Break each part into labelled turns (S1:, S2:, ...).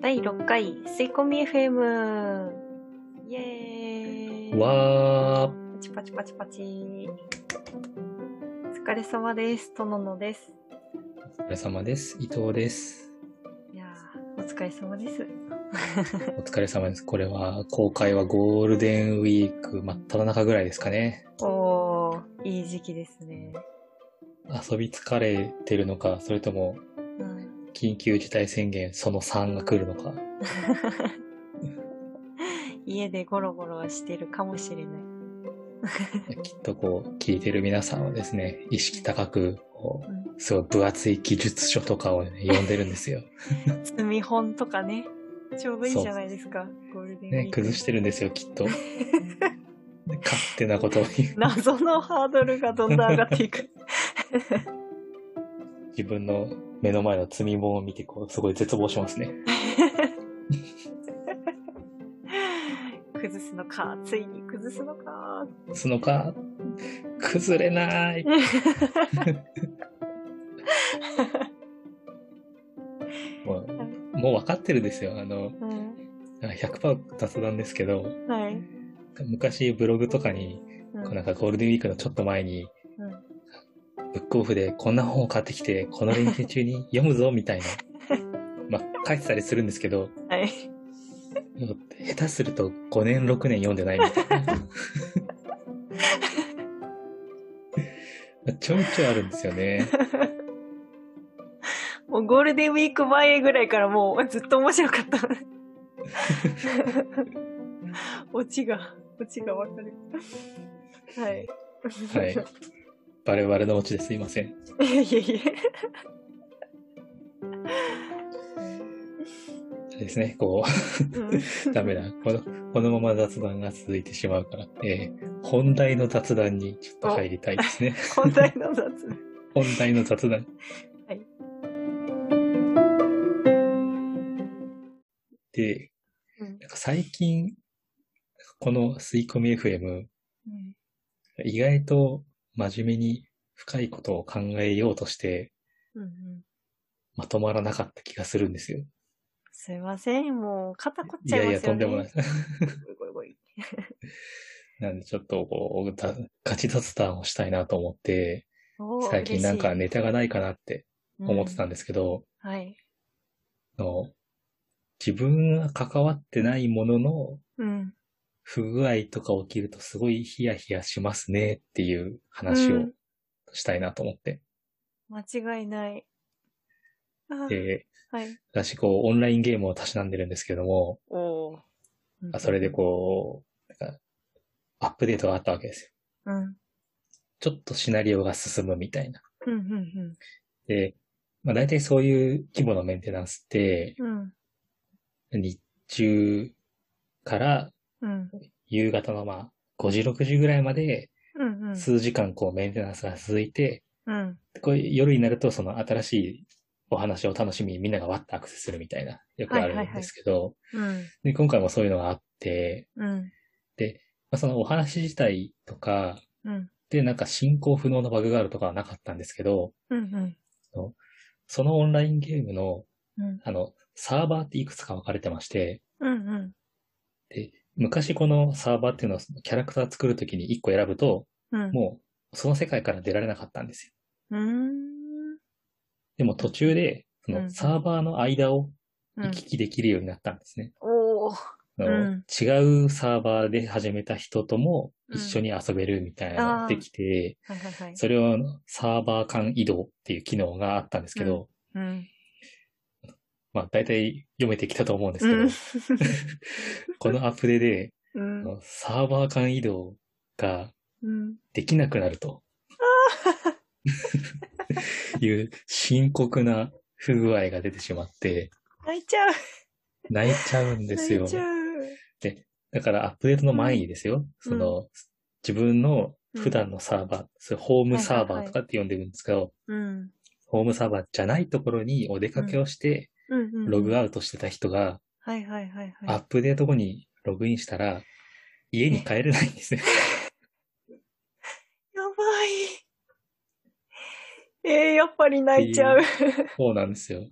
S1: 第6回吸い込み FM イエーイ
S2: わー、
S1: パチパチパチパチお疲れ様ですとののです
S2: お疲れ様です。伊藤です。
S1: いやーお疲れ様です
S2: お疲れ様です。これは、公開はゴールデンウィーク真っ只中ぐらいですかね。
S1: おーいい時期ですね、
S2: 遊び疲れてるのか、それとも
S1: うん、
S2: 緊急事態宣言その3が来るのか。
S1: 家でゴロゴロしてるかもしれない、
S2: きっとこう、聞いてる皆さんはですね、意識高く、こ
S1: うん
S2: う、すごい分厚い記述書とかを、ね、読んでるんですよ。
S1: 積み本とかね、ちょうどいいじゃないですか、ゴールデンウィーク。
S2: ね、崩してるんですよ、きっと。勝手なことを言う。
S1: 謎のハードルがどんどん上がっていく。
S2: 自分の目の前の積み本を見て、こう、すごい絶望しますね。
S1: 崩すのか、ついに崩すのか。
S2: すのか、崩れない。もう、もう分かってるんですよ。あの、
S1: うん
S2: 100%雑談ですけど、
S1: はい。
S2: 昔ブログとかに、
S1: う
S2: こうなんかゴールデンウィークのちょっと前に、
S1: うん
S2: ブックオフでこんな本を買ってきて、この連休中に読むぞ、みたいな。まあ、書いてたりするんですけど、
S1: はい。
S2: 下手すると5年6年読んでないみたいなちょいちょいあるんですよね
S1: もうゴールデンウィーク前ぐらいからもうずっと面白かった。オチが、オチがわかる。はい。
S2: はいバレバレのオチですいません
S1: いやいやいや。
S2: ですねこう ダメだこのこのまま雑談が続いてしまうから、えー本題の雑談にちょっと入りたいですね
S1: 本題の雑談。
S2: 本題の雑談
S1: はい
S2: で
S1: うん
S2: なんか最近この吸い込み FM
S1: うん
S2: 意外と真面目に深いことを考えようとして
S1: うんうん
S2: まとまらなかった気がするんですよ。
S1: すいません、もう肩こっ
S2: い
S1: ちゃ
S2: や
S1: い
S2: い
S1: ま
S2: や、
S1: すよね。
S2: とんでもない。
S1: ごいごい
S2: なんでちょっとこう、だガチ雑談をしたいなと思って、
S1: ごい
S2: 最近なんかネタがないかなって思ってたん
S1: で
S2: ですけど、
S1: す。はい。
S2: あの自分が関わってないものの
S1: うん。
S2: 不具合とか起きるとすごいヒヤヒヤしますねっていう話
S1: う
S2: を
S1: ん
S2: したいなと思って。
S1: 間違いない。あ
S2: で、
S1: はい。
S2: 私こう、オンラインゲームをたしなんでるんですけども、
S1: おー
S2: あそれでこう、なんか、アップデートがあったわけです
S1: う
S2: よ。
S1: ん。うん。
S2: ちょっとシナリオが進むみたいな。
S1: うん。うん
S2: で、まあ大体そういう規模のメンテナンスって、
S1: うん。うん。
S2: 日中から
S1: うん。
S2: 夕方のまあ5時、6時ぐらいまで
S1: うん。
S2: 数時間こうメンテナンスが続いて、
S1: うん。
S2: こう夜になるとその新しいお話を楽しみにみんながわっとアクセスするみたいな、よくあるんですけど、
S1: うん。
S2: で今回もそういうのがあって、
S1: うん。
S2: まあ、そのお話自体とか、
S1: うん。
S2: で、なんか進行不能のバグがあるとかはなかったんですけど、
S1: うん。
S2: そのオンラインゲームの、
S1: うん。
S2: あの、サーバーっていくつか分かれてまして、
S1: うん。うん。
S2: 昔このサーバーっていうのは、キャラクター作るときに1個選ぶと、
S1: うん。
S2: もう、その世界から出られなかったんです
S1: う
S2: よ。
S1: ん。
S2: でも途中で、そ
S1: うん
S2: のサーバーの間を
S1: う
S2: 行
S1: ん。
S2: き来できるようになったんですね。
S1: おー
S2: あの
S1: うん
S2: 違うサーバーで始めた人とも一緒に遊べるみたいなの
S1: うんあ
S2: が
S1: ー
S2: できて、
S1: はいはいはい。
S2: それをサーバー間移動っていう機能があったんですけど、
S1: うん。
S2: まあ大体読めてきたと思うんですけど、
S1: うん。
S2: このアップデで、
S1: うん
S2: あ。のサーバー間移動が
S1: うん。
S2: できなくなると。 いう深刻な不具合が出てしまって、
S1: 泣いちゃう。
S2: 泣いちゃうんです
S1: 泣
S2: よ
S1: い。ちゃう。
S2: だからアップデートの前にですよ、その、自分の普段のサーバー、それホームサーバーとかって呼んでるんですけど、
S1: うん。
S2: ホームサーバーじゃないところにお出かけをして、
S1: うん。うん。
S2: ログ
S1: ア
S2: アウトしてた人が、
S1: はいはいはいはい。
S2: アップデート後にログインしたら、家に帰れないんですね。
S1: やばい。ええー、やっぱり泣いちゃう。
S2: そうなんですよ。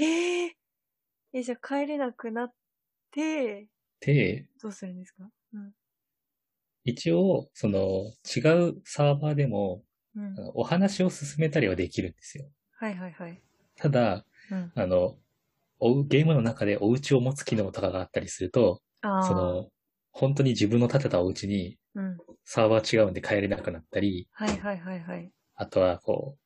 S1: えー、え、じゃあ帰れなくなって、
S2: で、
S1: どうするんですかうん。
S2: 一応、その、違うサーバーでも、
S1: うん
S2: あ。のお話を進めたりはできるんですよ。
S1: はいはいはい。
S2: ただ、
S1: うん。
S2: あの、おうゲームの中でお家を持つ機能とかがあったりすると、
S1: ああ。
S2: その、本当に自分の建てたお家に
S1: うん。
S2: サーバー違うんで帰れなくなったり、
S1: はいはいはいはい。
S2: あとはこう、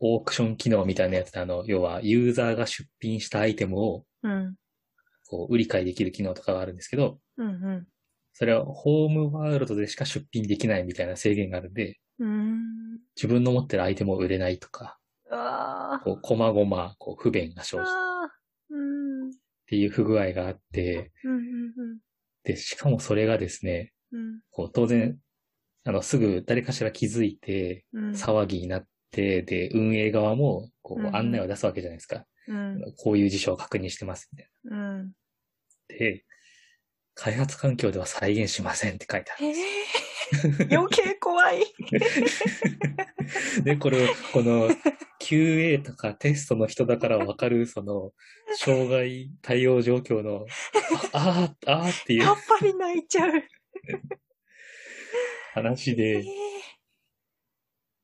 S2: オークション機能みたいなやつで、あの、要はユーザーが出品したアイテムを
S1: うん。
S2: こう売り買いできる機能とかがあるんですけど、
S1: うん
S2: それはホームワールドでしか出品できないみたいな制限があるんで、
S1: うん。うーん。
S2: 自分の持ってるアイテムを売れないとか、
S1: ああ。
S2: こう、こまごま、こう、不便が生じるっ
S1: ああ。うん。うん
S2: ていう不具合があって、
S1: うんうん。
S2: で、しかもそれがですね、
S1: うん
S2: こう、当然、あの、すぐ誰かしら気づいて、
S1: うん。
S2: 騒ぎになって、で、運営側も、こ
S1: うんうん
S2: う、案内を出すわけじゃないですか。
S1: うん。
S2: こういう事象を確認してますみたい
S1: うん。
S2: な。で、開発環境では再現しませんって書いてあるん
S1: え
S2: ですよ。
S1: ー、余計怖い。
S2: で、これを、この QA とかテストの人だからわかる、その、障害対応状況の、ああー、あーっていう
S1: やっぱり泣いちゃう。
S2: 話
S1: えー
S2: で、、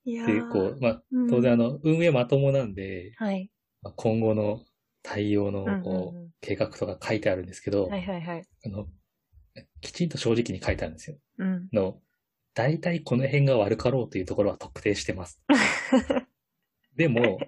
S1: いや
S2: で、
S1: ー
S2: こう、まあ、
S1: うん
S2: 当然あの、運営まともなんで、
S1: はい。
S2: まあ今後の対応の、
S1: うん
S2: こ
S1: う
S2: う、
S1: ん
S2: 計画とか書いてあるんですけど、
S1: うんはいはいはい。
S2: あの、きちんと正直に書いてあるんですよ。
S1: うん。
S2: の、大体この辺が悪かろうというところは特定してます。でも、
S1: うんうんはい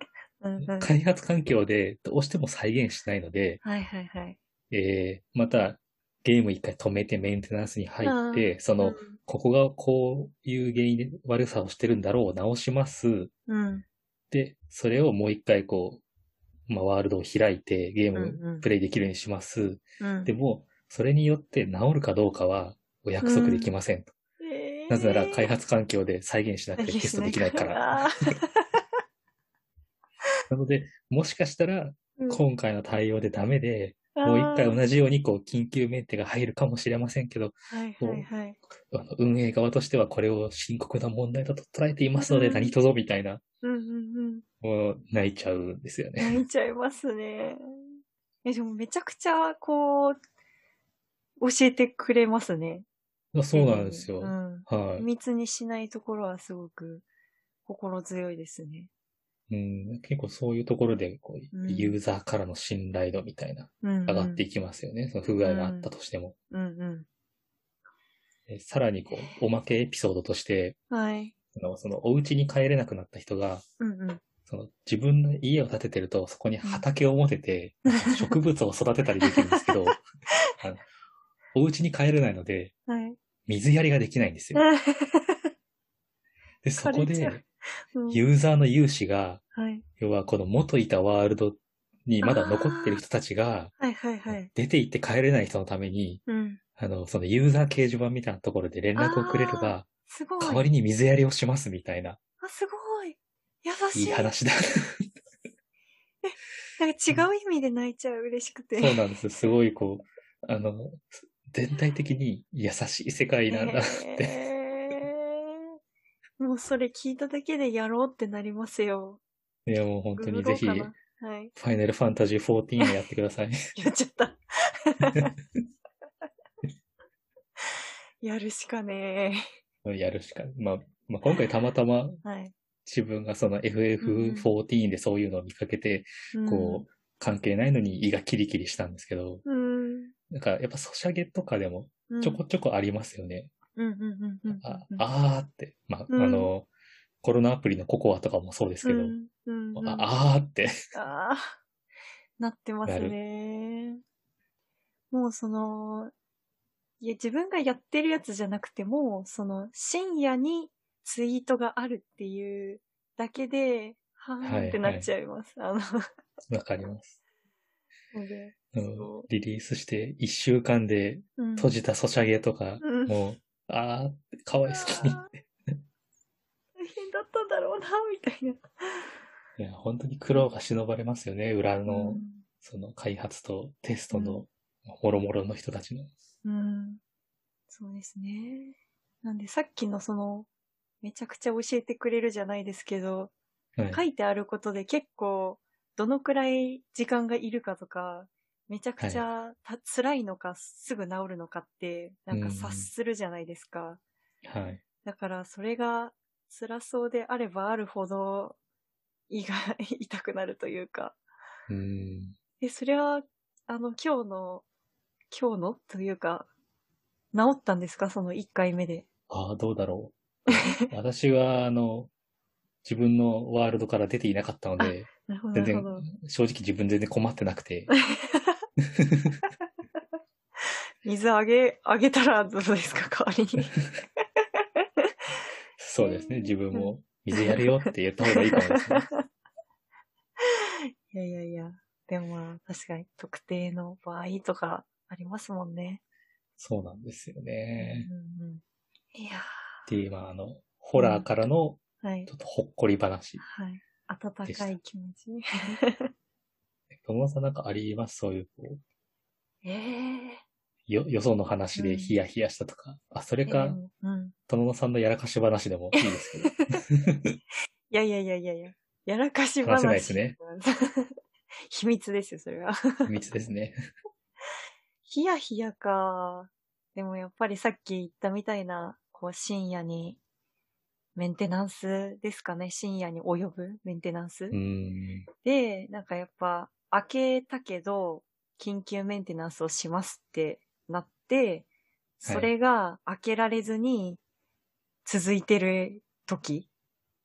S2: 開発環境でどうしても再現しないので、
S1: はいはい。
S2: えーまたゲーム一回止めてメンテナンスに入って、その、
S1: う
S2: ここがこういう原因で悪さをしてるんだろうを直します。
S1: んうん。
S2: で、それをもう一回こう、まあ、ワールドを開いてゲー
S1: うんうん
S2: ムプレイできるようにします。
S1: うん
S2: でも、それによって治るかどうかはお約束できませんと。
S1: えー
S2: なぜなら開発環境で再現しなくてテストできないから。。
S1: あー
S2: なので、もしかしたら
S1: うん
S2: 今回の対応でダメで、もう一回
S1: あー
S2: 同じようにこう緊急メンテが入るかもしれませんけど、
S1: はいはいはい。
S2: あの運営側としてはこれを深刻な問題だと捉えていますの
S1: う
S2: で
S1: ん
S2: 何卒みたいな、
S1: うんうんうん。
S2: もう泣いちゃうんですよね。
S1: 泣いちゃいますね。 え、でもめちゃくちゃ、こう、教えてくれますね。
S2: そうなんですよ。
S1: うん。
S2: は
S1: 秘密にしないところはすごく心強いですね。
S2: い。うん、結構そういうところでこう、
S1: うん
S2: ユーザーからの信頼度みたいな、
S1: うん、うん。
S2: 上がっていきますよね。その不具合があったとしても。
S1: うん
S2: えさらにこう、おまけエピソードとして、
S1: うん。はい。
S2: あのそのお家に帰れなくなった人が、
S1: うんうん。
S2: その自分の家を建ててると、そこに畑を持てて、植物を育てたりできるんですけ ど、あのお家に帰れないので、
S1: はい。
S2: 水やりができないんですよ。で、そこ
S1: 枯れちゃ
S2: で、
S1: うん
S2: ユーザーの有志が、
S1: はい。
S2: 要はこの元いたワールドにまだ残ってる人たちが、
S1: はいはいはい。
S2: 出て行って帰れない人のために、
S1: うん。
S2: あの、そのユーザー掲示板みたいなところで連絡をくれれば、
S1: すごい。
S2: 代わりに水やりをしますみたいな、
S1: あ、すごい。優しい。
S2: いい話 だ。
S1: なんか違う意味で泣いちゃう、嬉しくて。
S2: そうなんです。すごいこう、あの、全体的に優しい世界なんだ。
S1: えーもうそれ聞いただけでやろうってなりますよ。
S2: いやもう本当に
S1: ググろ
S2: ぜ
S1: う
S2: ひ、
S1: か
S2: フ
S1: なはい。
S2: ァイナルファンタジー14をやってください。
S1: やっちゃった。やるしかね
S2: やるしか。まあ、まあ、今回たまたま
S1: え。はい。
S2: 自分がその
S1: うん
S2: FF14 でそういうのを見かけて、こう、関係ないのに胃がキリキリしたんですけど、
S1: うん。
S2: なんかやっぱソシャゲとかでも
S1: うん。
S2: ちょこちょこありますよね。
S1: うんうんうんうんうん。
S2: ああーって。まあ、
S1: うん
S2: あの、コロナアプリのココアとかもそうですけど、
S1: うんうんうん、
S2: あ
S1: あ
S2: あーって。
S1: あー、なってます
S2: なる
S1: ね。もうその、いや、自分がやってるやつじゃなくても、その、深夜にツイートがあるっていうだけで、はーんってなっちゃいます。
S2: わかります。
S1: あの、ので
S2: うん
S1: そ
S2: リリースして1週間で
S1: うん
S2: 閉じたソシャゲとか、
S1: うん
S2: もう、あー、かわいそうに
S1: あ。ー大変だったんだろうな、みたい
S2: いや、本当に苦労が忍ばれますよね。裏
S1: な。
S2: の、その開発とテストの、もろもろの人たちの。
S1: うん。うん。そうですね。なんで、さっきのその、めちゃくちゃ教えてくれるじゃないですけど、
S2: はい
S1: 書いてあることで結構、どのくらい時間がいるかとか、めちゃくちゃた、辛いのか、すぐ治るのかって、なんか察するじゃないですか。
S2: はい。
S1: だから、それが辛そうであればあるほど、胃が 痛くなるというか。
S2: うん。
S1: で、それは、あの、今日の、今日のというか、治ったんですかその1回目で。
S2: ああ、どうだろう。 私は、あの、自分のワールドから出ていなかったので、
S1: なるほど、
S2: 全
S1: なるほ
S2: 然
S1: ど。、
S2: 正直自分全然困ってなく て。
S1: 水あげ、あげたらどうですか代わりに。
S2: そうですね。自分も水やるよって言った方がいいかもです ね。
S1: いやいやいや。でもまあ、確かに特定の場合とかありますもんね。
S2: そうなんですよ
S1: うん
S2: ね。
S1: うんうん、いや
S2: っていう、まあ、あの、ホラーからの
S1: ーはい
S2: ちょ。っとほっこり話。
S1: はい。温か
S2: でした
S1: い気持 ち。
S2: 友野さんなんかありますそういう、こう、
S1: ええ
S2: よ、よその話でヒヤヒヤしたとか。あ、それ
S1: ー。
S2: か、
S1: うんうん。
S2: 友野さんのやらかし話でもいいですけど。
S1: いやいやいやいやいや。やらかし話。
S2: 話せないですね。
S1: 秘密ですよ、それは。
S2: 秘密ですね。
S1: ヒヤヒヤか。でもやっぱりさっき言ったみたいな、こう深夜に、メンテナンスですかね。深夜に及ぶメンテナンス。
S2: うん。
S1: で、なんかやっぱ、開けたけど、緊急メンテナンスをしますってなって、
S2: はい
S1: それが開けられずに続いてる時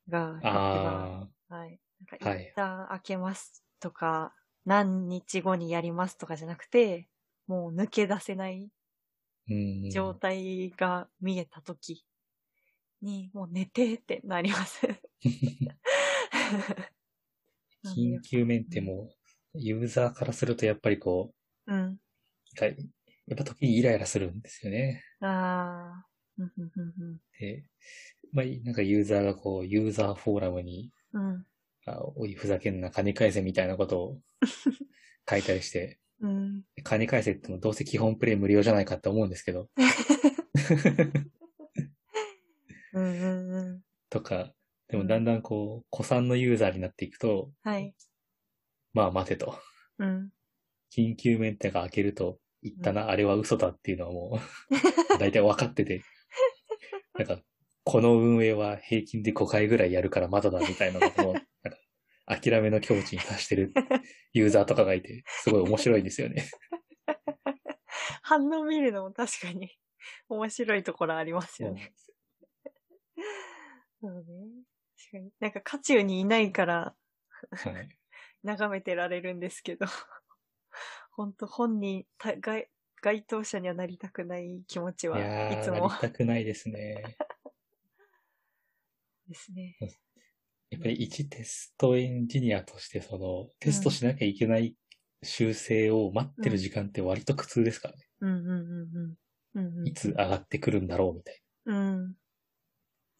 S1: が、やっ
S2: あ
S1: ぱはい。なん
S2: は
S1: か
S2: い
S1: 一旦開けますとか、何日後にやりますとかじゃなくて、もう抜け出せない
S2: ー。うん。
S1: 状態が見えた時に、もう寝てってなり ます。 なんで
S2: 緊急面ってもう、ユーザーからするとやっぱりこ
S1: うん。
S2: う、やっぱ時にイライラするんですよね。
S1: ああ。うんうんうん
S2: で、まあ、なんかユーザーがこう、ユーザーフォーラムに、
S1: うん。うん
S2: あおい、ふざけんな、金返せみたいなことを書いたり して、
S1: うん。
S2: 金返せってもどうせ基本プレイ無料じゃないかって思うんですけど、
S1: うんうんうん。
S2: とか、でもだんだんこう、古参のユーザーになっていくと、
S1: はい。
S2: まあ待てと。
S1: うん。
S2: 緊急メンテが開けると、言ったな、あれは嘘だっていうのはも う、大体分かってて、なんか、この運営は平均で5回ぐらいやるからまだだみたいなのも、なんか、諦めの境地に達して るユーザーとかがいて、すごい面白いんですよね。
S1: 反応見るのも確かに 面白いところありますよね。そうね。確かに。なんか渦中にいないから
S2: はい。
S1: 眺めてられるんですけど、 本当本人、た該該当者にはなりたくない気持ち
S2: い
S1: は
S2: や
S1: いつ
S2: ー、なり
S1: も
S2: たくないですね。
S1: ですね。
S2: やっぱり一テストエンジニアとして、その、テストしなきゃいけない修正を待ってる時間って割と苦痛ですからね。
S1: うんうんうんうん。うんうん
S2: いつ上がってくるんだろうみたい
S1: うん。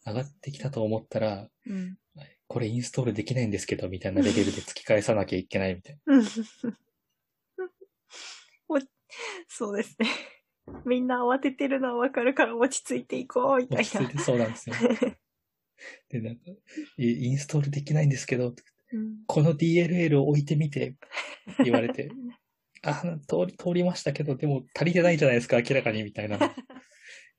S2: な。上がってきたと思ったら、
S1: うん。
S2: これインストールできないんですけど、みたいなレベルで突き返さなきゃいけないみ たい
S1: うんおそうですね。 みんな慌ててるのはわかるから落ち着いていこう、み
S2: な。
S1: たい
S2: 落ち着いてそうなんですよ。 で、なんか、いインストールできないんですけど、
S1: な。
S2: この DLL を置いてみて、言われて、あ、通り、通りましたけど、でも足りてないじゃないですか、明らかに、みたいな。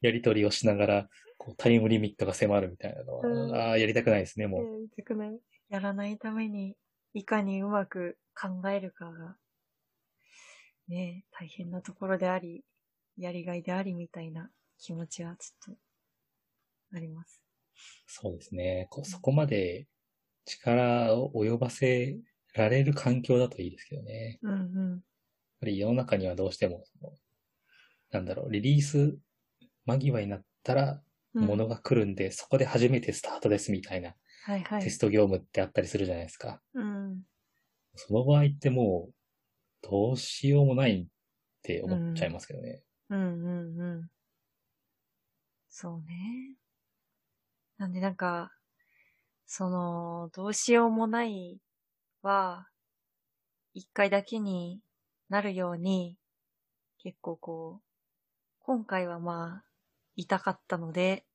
S2: やりとりをしながら、こうタイムリミットが迫るみたいなのは、
S1: うん
S2: ああ、やりたくないですね、もう。
S1: やりたくない。やらないために、いかにうまく考えるかが、ねえ、大変なところであり、やりがいでありみたいな気持ちはちょっと、あります。
S2: そうですね。こうそこまで力を及ばせられる環境だといいですけどね。
S1: うんうん。
S2: やっぱり世の中にはどうしても、そのなんだろう、リリース間際になったら、
S1: うん
S2: ものが来るんで、そこで初めてスタートですみたいな
S1: はいは
S2: テ
S1: い
S2: ス。ト業務ってあったりするじゃないですか。
S1: うん。
S2: その場合ってもう、どうしようもないって思っちゃいますけどね。
S1: うんうんうん。そうね。なんでなんか、その、どうしようもないは、一回だけになるように、結構こう、今回はまあ、痛かったので、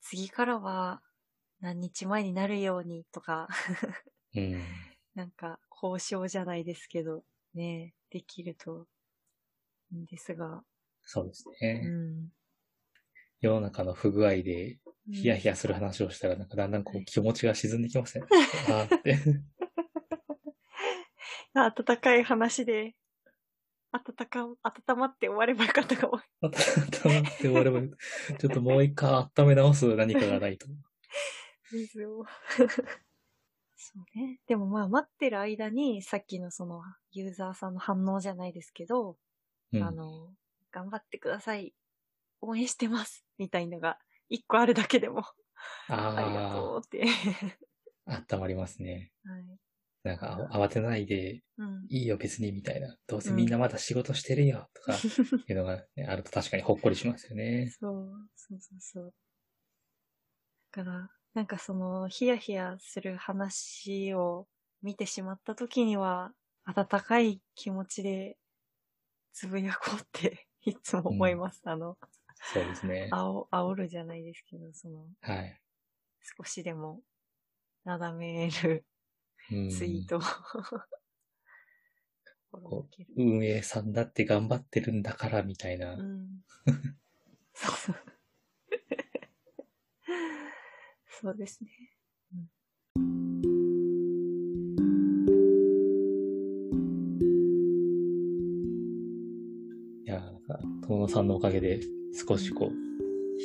S1: 次からは何日前になるようにとか、
S2: うん。
S1: なんか交渉じゃないですけど、ね、できるといいんですが。
S2: そうです
S1: う
S2: ね。
S1: ん。
S2: 世の中の不具合で、ヒヤヒ
S1: ヤ。
S2: ヤする話をしたら、なんかだんだんこう気持ちが沈んでき ましたね。あーって。
S1: 温かい話で、温か、温まって終わればよかったかも。
S2: また、まって終わればいい、ちょっともう一回温め直す何かがないと。
S1: 水 を。そうね。でもまあ待ってる間に、さっきのそのユーザーさんの反応じゃないですけど、
S2: うん。
S1: あの、頑張ってください。応援してます。みたいのが、一個あるだけでも、ありがとうって。
S2: あー、温まりますね。
S1: はい。
S2: なんか、あ慌てないで、
S1: うん。
S2: いいよ別に、みたいな。どうせみんなまだ仕事してるよ、とか、いうのが、ね、あると確かにほっこりしますよね。
S1: そう、そうそうそう。だから、なんかその、ヒヤヒヤする話を見てしまった時には、温かい気持ちで、つぶやこうって、 いつも思います。 あの、
S2: そうですね。
S1: あお、煽るじゃないですけど、その、
S2: はい。
S1: 少しでも、なだめる
S2: うん
S1: ツイートを、心がける。
S2: 運営さんだって頑張ってるんだから、みたいな。
S1: うん。そうそう。 そうですね。
S2: いやー、なんか、友野さんのおかげで、少しこう、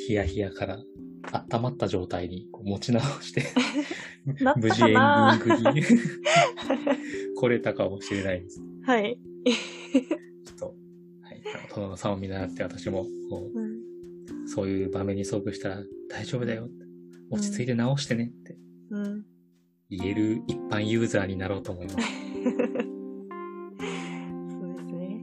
S2: ヒヤヒヤから、温まった状態にこう持ち直して、
S1: なったかな
S2: 無事エンディングに 来れたかもしれないです。
S1: はい。
S2: ちょっと、はい、あの友野さんを見習って、私もこ
S1: うん。
S2: う、そういう場面に遭遇したら、大丈夫だよって、落ち着いて直してねって
S1: うん。
S2: 言える一般ユーザーになろうと思います。
S1: そうですね。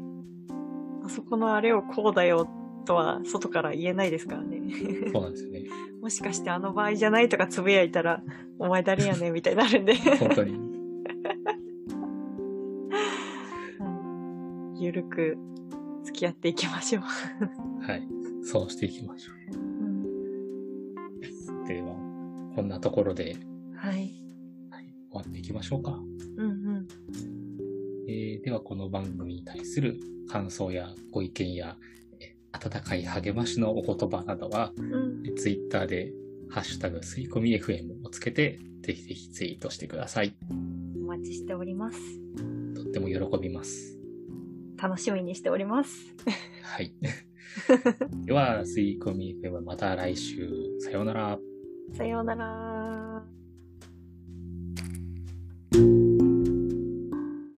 S1: あそこのあれをこうだよとは外から言えないですからね。
S2: そうなんですよね。
S1: もしかしてあの場合じゃないとかつぶやいたら、お前誰やねんみたいになるんで。
S2: 本当に。
S1: ゆるく付き合っていきましょう。
S2: はい。そうしていきましょう。では、こんなところで
S1: はい。
S2: 終わっていきましょうか。
S1: うんうん。
S2: えーではこの番組に対する感想やご意見やえー温かい励ましのお言葉などは、
S1: うん。
S2: ツイッター Twitter でハッシュタグ吸い込み FM をつけて、ぜひぜひツイートしてください。
S1: お待ちしております。
S2: とっても喜びます。
S1: 楽しみにしております。
S2: はい。では、吸い込み FM また来週。さようなら。
S1: さようなら。